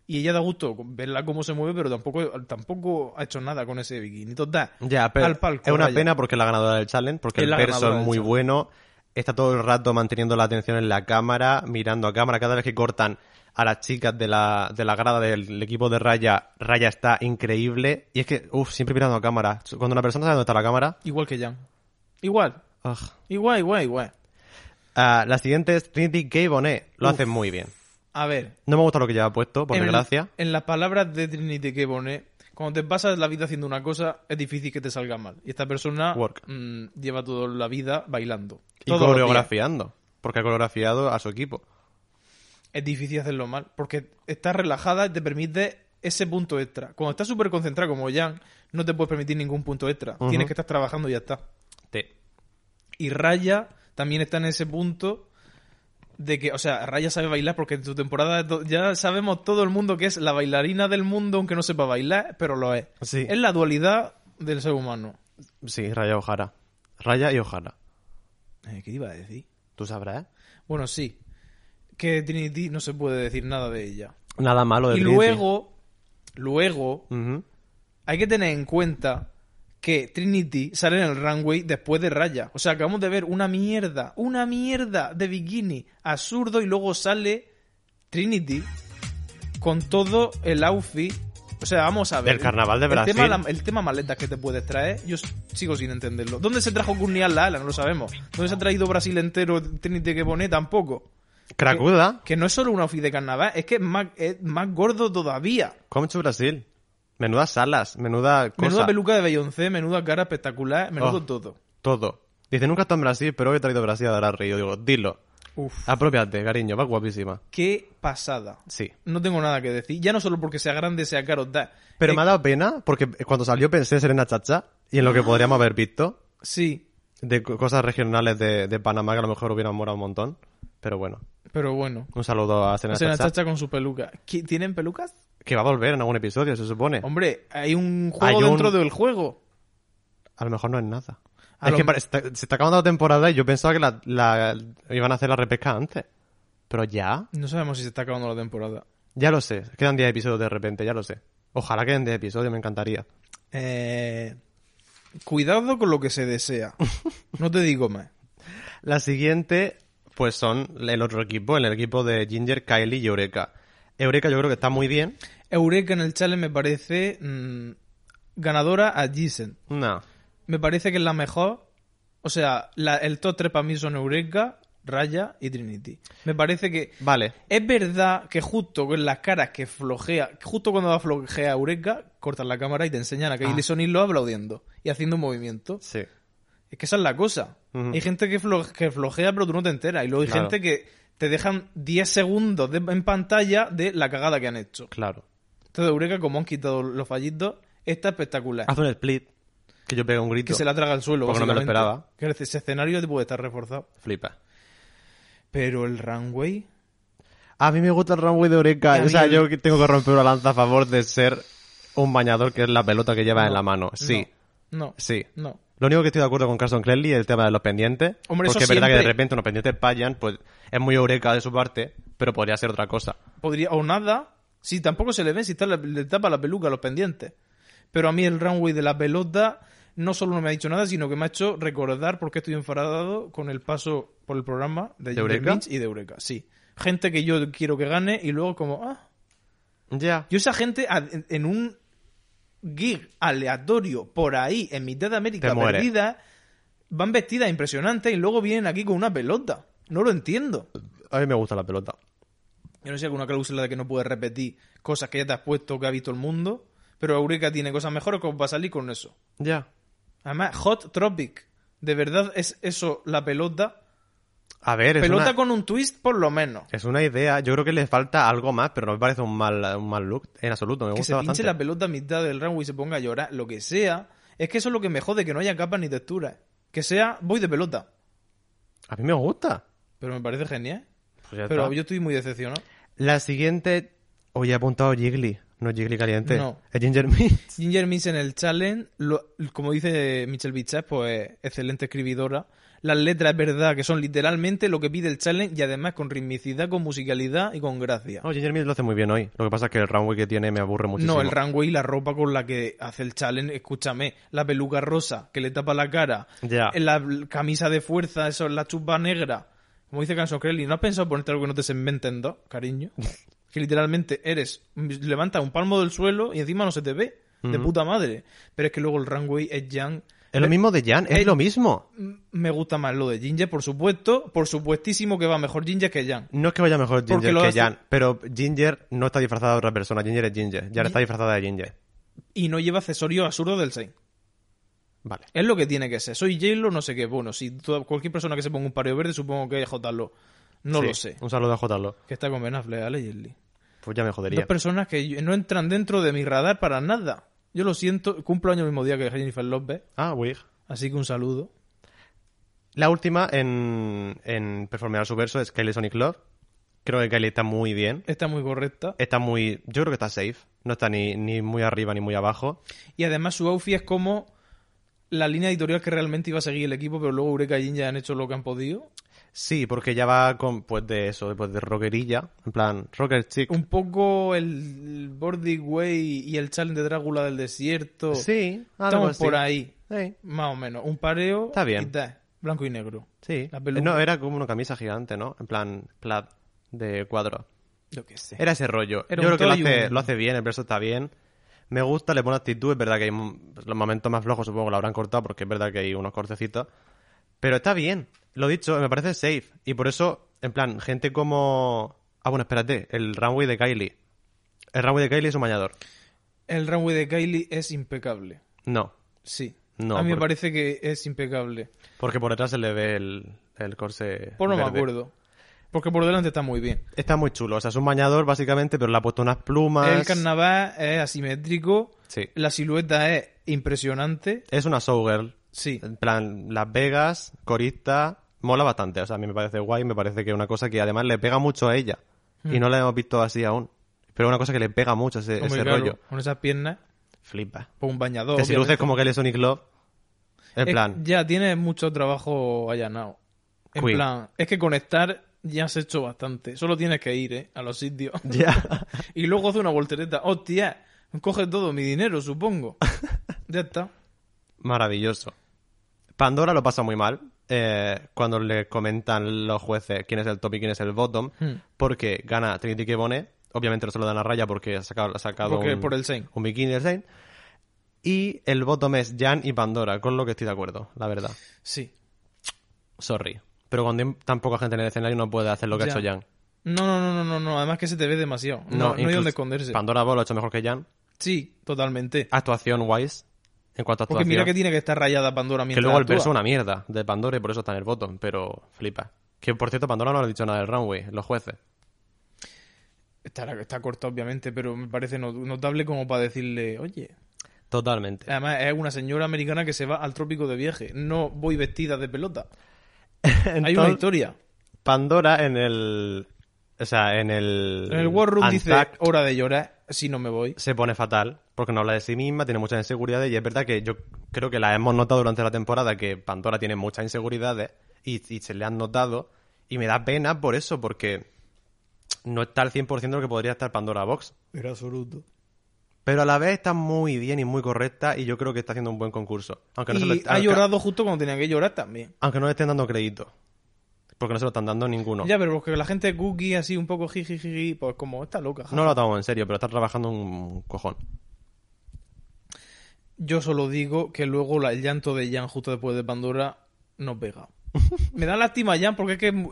Y ella da gusto verla cómo se mueve, pero tampoco, tampoco ha hecho nada con ese bikini. Total, Ya, pero al palco, es una vaya. pena porque es la ganadora del challenge, porque Es el la verso ganadora es del muy challenge. bueno, está todo el rato manteniendo la atención en la cámara, mirando a cámara, cada vez que cortan a las chicas de la, de la grada del equipo de Raya, Raya está increíble, y es que, uff, siempre mirando a cámara, cuando una persona sabe dónde está la cámara, Igual que Jan. Igual, ugh. igual, igual, igual. Ah, la siguiente es Trinity K. Bonet, lo hace muy bien. A ver. No me gusta lo que lleva puesto, por en, desgracia. en las palabras de Trinity que pone, cuando te pasas la vida haciendo una cosa, es difícil que te salga mal. Y esta persona Work. mm, lleva toda la vida bailando. Y Todos los días. coreografiando, porque ha coreografiado a su equipo. Es difícil hacerlo mal, porque estás relajada y te permite ese punto extra. Cuando estás súper concentrada como Jan, no te puedes permitir ningún punto extra. Ujú. Tienes que estar trabajando y ya está. Te- Y Raya también está en ese punto de que, o sea, Raya sabe bailar porque en su temporada do- ya sabemos todo el mundo que es la bailarina del mundo, aunque no sepa bailar, pero lo es. Sí. Es la dualidad del ser humano. Sí, Raya Ojara. Raya y Ojara. Eh, ¿Qué iba a decir? Tú sabrás. ¿eh? Bueno, sí. Que Trinity no se puede decir nada de ella. Nada malo de Y Trinity. luego, luego, Ujú. hay que tener en cuenta que Trinity sale en el runway después de Raya. O sea, acabamos de ver una mierda, una mierda de bikini absurdo y luego sale Trinity con todo el outfit. O sea, vamos a ver. Del carnaval de El tema, Brasil. la- el tema maletas que te puedes traer, yo s- sigo sin entenderlo. ¿Dónde se trajo Cunial la ala? No lo sabemos. ¿Dónde se ha traído Brasil entero Trinity que pone? Tampoco. Cracuda. Que no es solo un outfit de carnaval, es que es más, es más gordo todavía. Come to Brasil. Menuda salas, menuda cosa. Menuda peluca de Beyoncé, menuda cara espectacular, menudo Oh. todo. Todo. Dice, nunca he estado en Brasil, pero hoy he traído a Brasil a dar al río. Digo, dilo. Uf. Apropiate, cariño. Va guapísima. Qué pasada. Sí. No tengo nada que decir. Ya no solo porque sea grande, sea caro, da. Pero Eh, me ha dado pena porque cuando salió pensé Serena Chacha y en lo que podríamos haber visto Sí, de co- cosas regionales de, de Panamá que a lo mejor hubieran morado un montón. Pero bueno, pero bueno. un saludo a Serena, Es una Chacha, chacha con su peluca. ¿Qui- ¿Tienen pelucas? que va a volver en algún episodio, se supone. Hombre, hay un Eh. Hay juego un- dentro del juego. A lo mejor no es nada. A es lo que me- pare- se está- se está acabando la temporada y yo pensaba que la, la- iban a hacer la repesca antes. Pero ya, No sabemos si se está acabando la temporada. ya lo sé. Quedan 10 episodios de repente, ya lo sé. Ojalá queden 10 episodios, me encantaría. Eh, Cuidado con lo que se desea. No te digo más. La siguiente, pues son el otro equipo, el equipo de Ginger, Kylie y Eureka. Eureka yo creo que está muy bien. Eureka en el challenge me parece mm, ganadora a Jisen. No. Me parece que es la mejor. O sea, la- el top 3 para mí son Eureka, Raya y Trinity. Me parece que Vale. es verdad que justo con las caras que flojea, justo cuando va a flojear Eureka, cortan la cámara y te enseñan a Ah. que Gilly lo aplaudiendo y haciendo un movimiento. Sí. Es que esa es la cosa. Ujú. Hay gente que, flo- que flojea, pero tú no te enteras. Y luego hay Claro. gente que te dejan 10 segundos de- en pantalla de la cagada que han hecho. Claro. Entonces, Eureka, como han quitado los fallitos, está espectacular. Haz un split. Que yo pegue un grito. que se la traga al suelo. Porque no me lo básicamente. esperaba. Quiero decir, ese escenario te puede estar reforzado. Flipa. Pero el runway. A mí me gusta el runway de Oreca. A O sea, mí- yo que tengo que romper una lanza a favor de ser un bañador que es la pelota que lleva No, en la mano. Sí, No. sí. No. Lo único que estoy de acuerdo con Carson Clelly es el tema de los pendientes. Hombre, eso porque es verdad que de siempre. repente unos pendientes payan, pues es muy Oreca de su parte, pero podría ser otra cosa. Podría, o nada. Sí, tampoco se le ve si está la- le tapa la peluca, los pendientes. Pero a mí el runway de la pelota no solo no me ha dicho nada, sino que me ha hecho recordar por qué estoy enfadado con el paso por el programa de, ¿De Ginger Eureka? Minch y de Eureka. Sí. Gente que yo quiero que gane y luego como, ah. Ya. Yo esa gente a- en- en un gig aleatorio por ahí, en mitad de América Te mueres. perdida, van vestidas impresionantes y luego vienen aquí con una pelota. No lo entiendo. A mí me gusta la pelota. Yo no sé alguna cláusula de que no puedes repetir cosas que ya te has puesto que ha visto el mundo, pero Eureka tiene cosas mejores como para salir con eso. Ya. Además, Hot Tropic. De verdad es eso la pelota. A ver, es pelota una... con un twist por lo menos. Es una idea, yo creo que le falta algo más, pero no me parece un mal, un mal look en absoluto, me Que se gusta pinche bastante. la pelota a mitad del runway y se ponga a llorar, lo que sea. Es que eso es lo que me jode, que no haya capas ni texturas. Que sea, voy de pelota. A mí me gusta. Pero me parece genial. Pues ya Pero está. yo estoy muy decepcionado. La siguiente, oye, he apuntado Jiggly, no Jiggly caliente, No. es Ginger Minch. Ginger Minch en el challenge, lo- como dice Michelle Bichas, pues excelente escribidora. Las letras es verdad que son literalmente lo que pide el challenge y además con ritmicidad, con musicalidad y con gracia. No, Ginger Minch lo hace muy bien hoy, lo que pasa es que el runway que tiene me aburre muchísimo. No, el runway y la ropa con la que hace el challenge, escúchame, la peluca rosa que le tapa la cara, eh, Ya. la bl- camisa de fuerza, eso, la chupa negra. Como dice Canson Crelly, ¿no has pensado ponerte algo que no te se inventen dos, cariño? que literalmente eres, levanta un palmo del suelo y encima no se te ve. De puta madre. Pero es que luego el runway es Jan. Es lo mismo de Jan, es Eh, lo mismo. Me gusta más lo de Ginger, por supuesto. Por supuestísimo que va mejor Ginger que Jan. No es que vaya mejor Porque Ginger lo que hace- Jan, pero Ginger no está disfrazada de otra persona, Ginger es Ginger, Jan está disfrazada de Ginger. Y no lleva accesorios absurdos del 6. Vale. Es lo que tiene que ser. Soy J-Lo, no sé qué. Bueno, si toda- cualquier persona que se ponga un pareo verde, supongo que es J-Lo. No Sí, lo sé. Un saludo a Jotalo. Que está con Ben Affleck, Ale y Lee. Pues ya me Dos jodería. personas que yo- no entran dentro de mi radar para nada. Yo lo siento, cumplo año el mismo día que Jennifer López, Ah, wig. así que un saludo. La última en, en performear su verso es Kylie Sonic Love. Creo que Kylie está muy bien. Está muy correcta. Está muy. Yo creo que está safe. No está ni, ni muy arriba ni muy abajo. Y además su outfit es como la línea editorial que realmente iba a seguir el equipo, pero luego Eureka y Jin ya han hecho lo que han podido. Sí, porque ya va con, pues, de eso, pues, de rockerilla. En plan, rocker chick. Un poco el Boarding Way y el challenge de Drácula del desierto. Sí, algo Estamos así. por ahí. Sí, Más o menos. Un pareo. Está bien. y tal. Blanco y negro. sí. Eh, La peluca. No, era como una camisa gigante, ¿no? En plan, plaid de cuadro. Yo qué sé. Era ese rollo. Era Yo un creo que lo todo y hace, un- lo hace bien, el verso está bien. Me gusta, le pone actitud. Es verdad que hay un- los momentos más flojos, supongo que lo habrán cortado, porque es verdad que hay unos cortecitos. Pero está bien. Lo dicho, me parece safe. Y por eso, en plan, gente como. Ah, bueno, espérate. El runway de Kylie. El runway de Kylie es un bañador. El runway de Kylie es impecable. No. Sí. No, a mí me porque- parece que es impecable. Porque por detrás se le ve el, el corse. Por Pues no me verde. acuerdo. Porque por delante está muy bien. Está muy chulo. O sea, es un bañador, básicamente, pero le ha puesto unas plumas. El carnaval es asimétrico. Sí. La silueta es impresionante. Es una showgirl. Sí. En plan, Las Vegas, corista, mola bastante. O sea, a mí me parece guay, me parece que es una cosa que además le pega mucho a ella. Hmm. Y no la hemos visto así aún. Pero es una cosa que le pega mucho ese, Hombre, ese claro, rollo. Con esas piernas. Flipa. Con un bañador. que si obviamente. luces como que le Sonic Love. En Es- plan, ya tienes mucho trabajo allanado. En Queen. plan, es que conectar ya has hecho bastante. Solo tienes que ir, ¿eh? A los sitios. ya. Y luego hace una voltereta. Hostia, coge todo mi dinero, supongo. Ya está. Maravilloso. Pandora lo pasa muy mal eh, cuando le comentan los jueces quién es el top y quién es el bottom, Hmm. porque gana Trinity Kebone. Obviamente no se lo dan a raya porque ha sacado, ha sacado Porque un, por el Saint. un bikini del Saint. Y el bottom es Jan y Pandora, con lo que estoy de acuerdo, la verdad. Sí. Sorry. Pero cuando hay tan poca gente en el escenario no puede hacer lo Ya. que ha hecho Jan. No, no, no, no, no, no. Además que se te ve demasiado. No, no, hay incluso donde esconderse. Pandora Ball lo ha hecho mejor que Jan. Sí, totalmente. Actuación wise. En cuanto a Porque actuación. mira que tiene que estar rayada Pandora mientras que luego el actúa. verso es una mierda de Pandora y por eso está en el botón. Pero flipa. Que por cierto, Pandora no le ha dicho nada del runway, los jueces. Está, está corta, obviamente, pero me parece no- notable como para decirle, oye... Totalmente. Además, es una señora americana que se va al trópico de viaje. No voy vestida de pelota. Hay una Entonces, historia. Pandora en el. O sea, en el. En el War Room dice, "Oh". Untucked hora de llorar, si no me voy. se pone fatal porque no habla de sí misma, tiene muchas inseguridades y es verdad que yo creo que la hemos notado durante la temporada que Pandora tiene muchas inseguridades y, y se le han notado y me da pena por eso porque no está al 100% de lo que podría estar Pandora Box. Era absoluto. Pero a la vez está muy bien y muy correcta y yo creo que está haciendo un buen concurso. Aunque no, se lo- Y ha aunque- llorado justo cuando tenía que llorar también. aunque no le estén dando crédito. Porque no se lo están dando ninguno. Ya, pero porque la gente cookie así un poco jijijiji, pues como está loca. ja. No lo tomo en serio, pero está trabajando un cojón. Yo solo digo que luego la- el llanto de Jan justo después de Pandora no pega. Me da lástima Jan porque es que mu-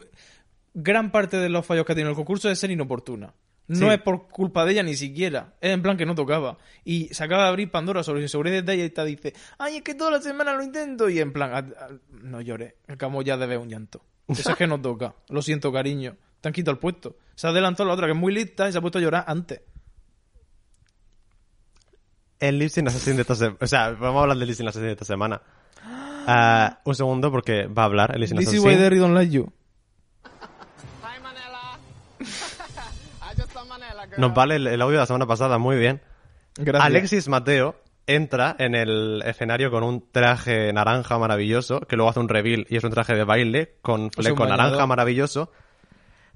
gran parte de los fallos que ha tenido el concurso es ser inoportuna. No Sí. es por culpa de ella ni siquiera. Es en plan que no tocaba. Y se acaba de abrir Pandora sobre su seguridad de ella y te dice, ay, es que todas las semanas lo intento. Y en plan, "Ah, ah, no llores, acabamos ya de ver un llanto. Eso es que no toca. Lo siento, cariño. Te han quitado el puesto. Se ha adelantado la otra que es muy lista y se ha puesto a llorar antes. El lip sync assassin de esta semana. O sea, vamos a hablar del lip sync assassin de esta semana. Ah, un segundo, porque va a hablar el lip sync This is why assassin. Derry don't like you. Hi, Manela. I just saw Manela, girl. Nos vale el, el audio de la semana pasada, muy bien. Gracias. Alexis Mateo entra en el escenario con un traje naranja maravilloso, que luego hace un reveal y es un traje de baile con fleco un naranja bañador. maravilloso.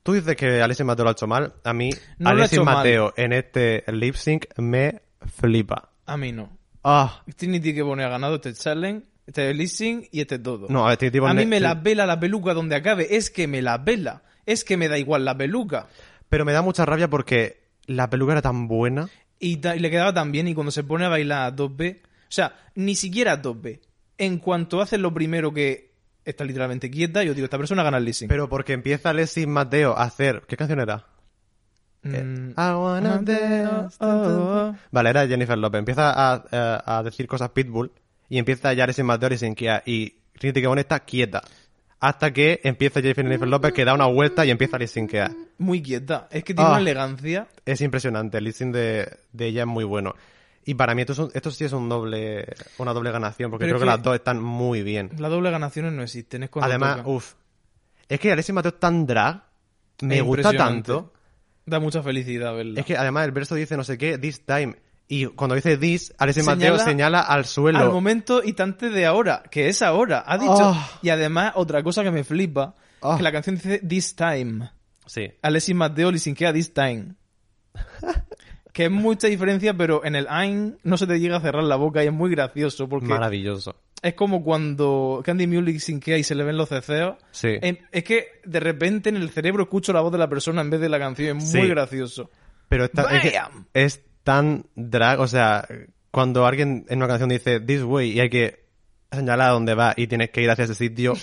Tú dices que Alexis Mateo lo ha hecho mal. A mí, No lo ha Alexis hecho mal. Mateo en este lip sync me flipa. A mí no. Ah, Trinity que pone ha ganado este challenge, este leasing y este todo. no, a este tipo a ne- mí me la vela la peluca donde acabe, es que me la vela, es que me da igual la peluca. Pero me da mucha rabia porque la peluca era tan buena. Y, ta- y le quedaba tan bien y cuando se pone a bailar a 2B, o sea, ni siquiera a 2B. En cuanto hace lo primero que está literalmente quieta, yo digo, esta persona gana el leasing. Pero porque empieza Alexis Mateo a hacer. ¿Qué canción era? Mm. Eh, I wanna dance. Oh, oh, Vale, era Jennifer López. Empieza a, eh, a- a decir cosas Pitbull y empieza ya Alexis Mateo y sin Kia. Y Trinity Gabon está quieta. Hasta que empieza Mm, Jennifer López que da una vuelta y empieza Alexis Kia. oh. Muy quieta, es que tiene Ah. una elegancia. Es impresionante. El lip-sync de, de ella es muy bueno. Y para mí esto, es un- esto sí es un doble, una doble ganación porque Pero creo que, es que- las dos están muy bien. Las dobles ganaciones no existen, es cuando Además, uh. toca. uff. Es que Alexis Mateo es tan drag. Me Es gusta impresionante. tanto. Da mucha felicidad verla. Es que además el verso dice no sé qué, this time. Y cuando dice this, Alexis Señala- Mateo señala al suelo. al momento y tanto de ahora, que es ahora, ha dicho. Oh. Y además, otra cosa que me flipa, Oh. que la canción dice This Time. Sí. Alexis Mateo Lisinquea This Time. que es mucha diferencia, pero en el I'm no se te llega a cerrar la boca y es muy gracioso porque Maravilloso. es como cuando Candy Mule lisinquea y se le ven los ceceos. Sí. Em, Es que de repente en el cerebro escucho la voz de la persona en vez de la canción. Es Sí. muy gracioso. Pero es tan, es, que Bam. es tan drag, o sea, cuando alguien en una canción dice this way y hay que señalar a dónde va y tienes que ir hacia ese sitio.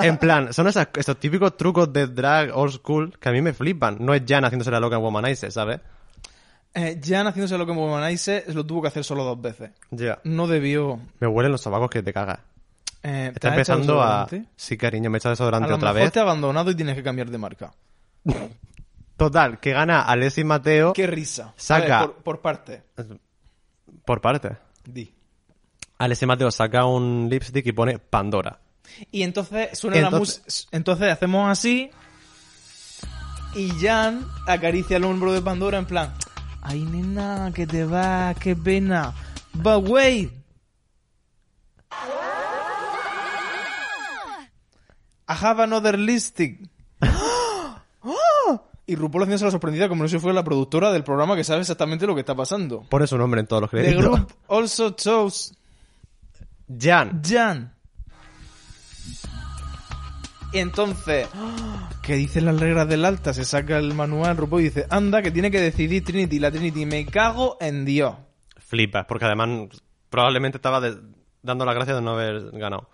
en plan, son esas, esos típicos trucos de drag old school que a mí me flipan. No es Jan haciéndose la loca en Womanizer, ¿sabes? Eh, Jan haciéndose lo que Womanize lo tuvo que hacer solo dos veces. Ya. No debió. Me huelen los sobacos que te cagas. eh, ¿te Está has echado empezando a... desodorante? Sí, cariño, me he echado desodorante a lo otra mejor vez. te ha abandonado y tienes que cambiar de marca. Total, que gana Alexis Mateo Qué risa. Saca. A ver, Por, por parte. por parte. Di. Alexis Mateo saca un lipstick y pone Pandora. Y entonces suena Entonces- la música. Entonces hacemos así. Y Jan acaricia el hombro de Pandora en plan. Ay, nena, que te va, qué pena. But wait. I have another listing. Y RuPaul haciéndose la sorprendida como no si fuera la productora del programa que sabe exactamente lo que está pasando. Pone su nombre en todos los The créditos. group also chose Jan. Jan. Y entonces, ¿qué dicen las reglas del alta? Se saca el manual, RuPaul y dice, anda, que tiene que decidir Trinity. La Trinity, me cago en Dios. Flipas, porque además probablemente estaba de- dando las gracias de no haber ganado.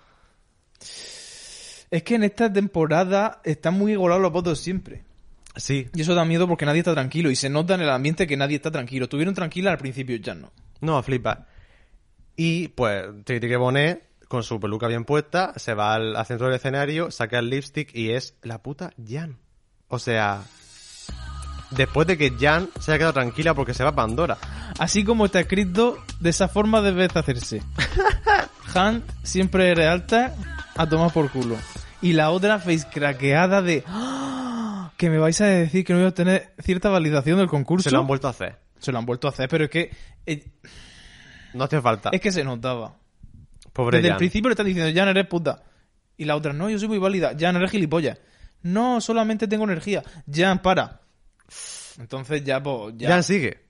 Es que en esta temporada están muy igualados los votos siempre. Sí. Y eso da miedo porque nadie está tranquilo. Y se nota en el ambiente que nadie está tranquilo. Estuvieron tranquilas al principio, ya no. No, flipa. Y pues Titi Bonet, con su peluca bien puesta, se va al, al centro del escenario, saca el lipstick y es la puta Jan. O sea, después de que Jan se haya quedado tranquila porque se va a Pandora. Así como está escrito, de esa forma debes hacerse. Han, siempre eres alta, a tomar por culo. Y la otra face craqueada de... "Ah, Que me vais a decir que no voy a obtener cierta validación del concurso. Se lo han vuelto a hacer. Se lo han vuelto a hacer, pero es que... eh, No hace falta. es que se notaba. Pobre Desde el Jan. principio le están diciendo, ya no eres puta. Y la otra, no, yo soy muy válida. Ya no eres gilipollas. No, solamente tengo energía. Ya, para. Entonces ya, pues, ya. Jan sigue.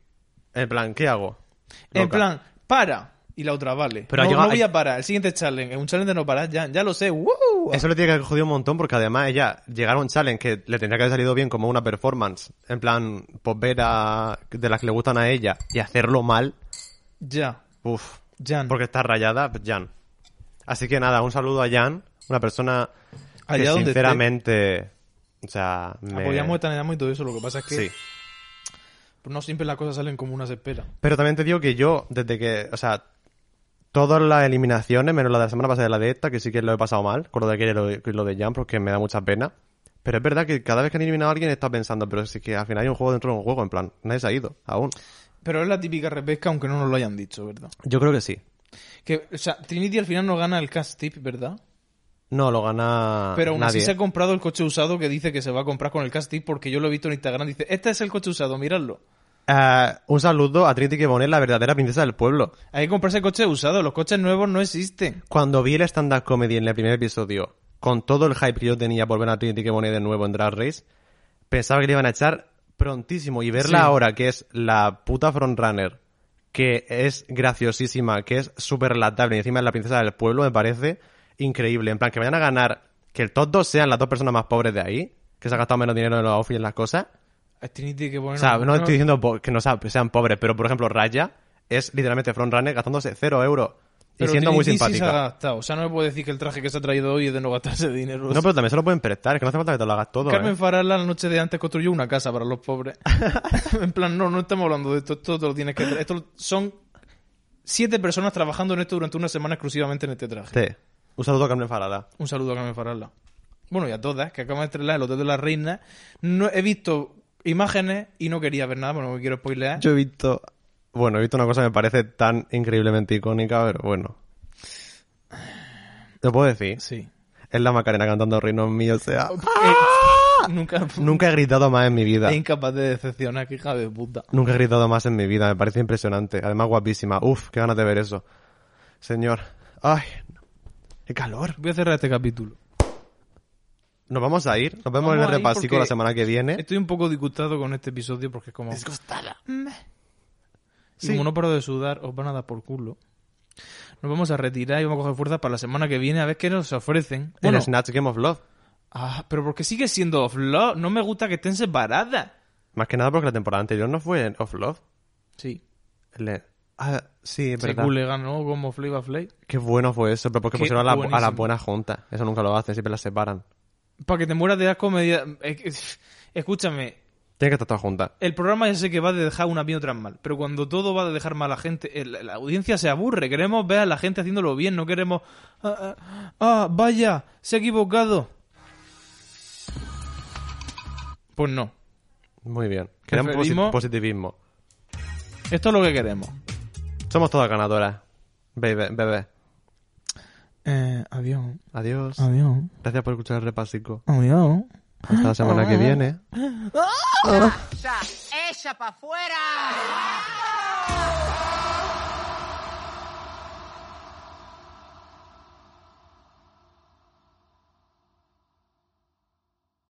En plan, ¿qué hago? en Loca. plan, para. Y la otra, vale. Pero ha no, llegado- no voy a parar. El siguiente challenge. Un challenge de no parar, ya, ya lo sé. ¡Woo! Eso le tiene que haber jodido un montón porque además ella llegar a un challenge que le tendría que haber salido bien como una performance, en plan, pues ver a, de las que le gustan a ella y hacerlo mal, Ya, uff, ya. porque está rayada, pues, Jan. Así que nada, un saludo a Jan, una persona Allá que donde sinceramente, o sea, me... Apoyamos, etaneamos y todo eso. Lo que pasa es que Sí. no siempre las cosas salen como una se espera. Pero también te digo que yo, desde que, o sea, todas las eliminaciones, menos la de la semana pasada y la de esta, que sí que lo he pasado mal, con lo de aquella y lo de- y lo de Jan, porque me da mucha pena. Pero es verdad que cada vez que han eliminado a alguien estás pensando, pero es que al final hay un juego dentro de un juego, en plan, nadie se ha ido, aún. Pero es la típica repesca, aunque no nos lo hayan dicho, ¿verdad? Yo creo que sí. Que, o sea, Trinity al final no gana el cast tip, ¿verdad? No, lo gana Pero aún Ah, nadie. así se ha comprado el coche usado que dice que se va a comprar con el casting porque yo lo he visto en Instagram. Dice, este es el coche usado, miradlo. Eh, un saludo a Trinity que pone la verdadera princesa del pueblo. Hay que comprarse coches usados, los coches nuevos no existen. Cuando vi el stand-up comedy en el primer episodio, con todo el hype que yo tenía por ver a Trinity Kebone de nuevo en Drag Race, pensaba que le iban a echar prontísimo. Y verla Sí. ahora, que es la puta frontrunner, que es graciosísima, que es súper relatable, y encima es la princesa del pueblo, me parece increíble. En plan, que vayan a ganar, que el top 2 sean las dos personas más pobres de ahí, que se ha gastado menos dinero en los outfits y en las cosas. A Trinity que bueno. o sea, no, estoy diciendo po- que no sea- que sean pobres, pero por ejemplo, Raya es literalmente frontrunner gastándose cero euros y pero siendo muy Trinity sí simpática. se ha gastado. O sea, no me puedo decir que el traje que se ha traído hoy es de no gastarse dinero. No, pero también se lo pueden prestar, es que no hace falta que te lo hagas todo. Carmen ¿eh? Farala la noche de antes construyó una casa para los pobres. en plan, no, no estamos hablando de esto, esto te lo tienes que tra- Esto lo- son siete personas trabajando en esto durante una semana exclusivamente en este traje. Sí. Un saludo a Carmen Farada. Un saludo a Carmen Farala. Bueno, y a todas, que acaban de estrenar el Hotel de la Reina. No, he visto imágenes y no quería ver nada, bueno, no quiero spoilear. Yo he visto. Bueno, he visto una cosa que me parece tan increíblemente icónica, pero bueno. Lo puedo decir. Sí. Es la Macarena cantando Reino mío, o sea. Eh, nunca, Nunca he gritado más en mi vida. Es incapaz de decepcionar, que hija de puta. Nunca he gritado más en mi vida, me parece impresionante. Además, guapísima. Uf, qué ganas de ver eso. Señor. Ay, qué calor. Voy a cerrar este capítulo. Nos vamos a ir. Nos vemos Vamos en el a ir repasico porque- la semana que viene. Estoy un poco disgustado con este episodio porque es como... Disgustada. Y Sí. como no paro de sudar, os van a dar por culo. Nos vamos a retirar y vamos a coger fuerzas para la semana que viene a ver qué nos ofrecen. Bueno, El Snatch Game of Love. ah, pero porque sigue siendo off love. No me gusta que estén separadas. Más que nada porque la temporada anterior no fue en Off Love. Sí. Le- Ah, sí, es Se verdad. cule ganó como Flava Flay. Qué bueno fue eso, pero porque Qué pusieron a la, a la buenísimo. buena junta. Eso nunca lo hacen, siempre las separan. Para que te mueras de asco, me diga- es que- escúchame. Tiene que estar todas juntas. El programa ya sé que va de dejar una bien otras mal, pero cuando todo va de dejar mal a la gente, el- la audiencia se aburre. Queremos ver a la gente haciéndolo bien, no queremos. Ah, ah, ah, vaya, se ha equivocado. Pues no. Muy bien. Queremos posi- Preferimos- positivismo. Esto es lo que queremos. Somos todas ganadoras. Bebé, bebé. Eh, adiós, Adiós. adiós, Gracias por escuchar el repasico. adiós. Hasta la semana que viene. Ella, ella para afuera.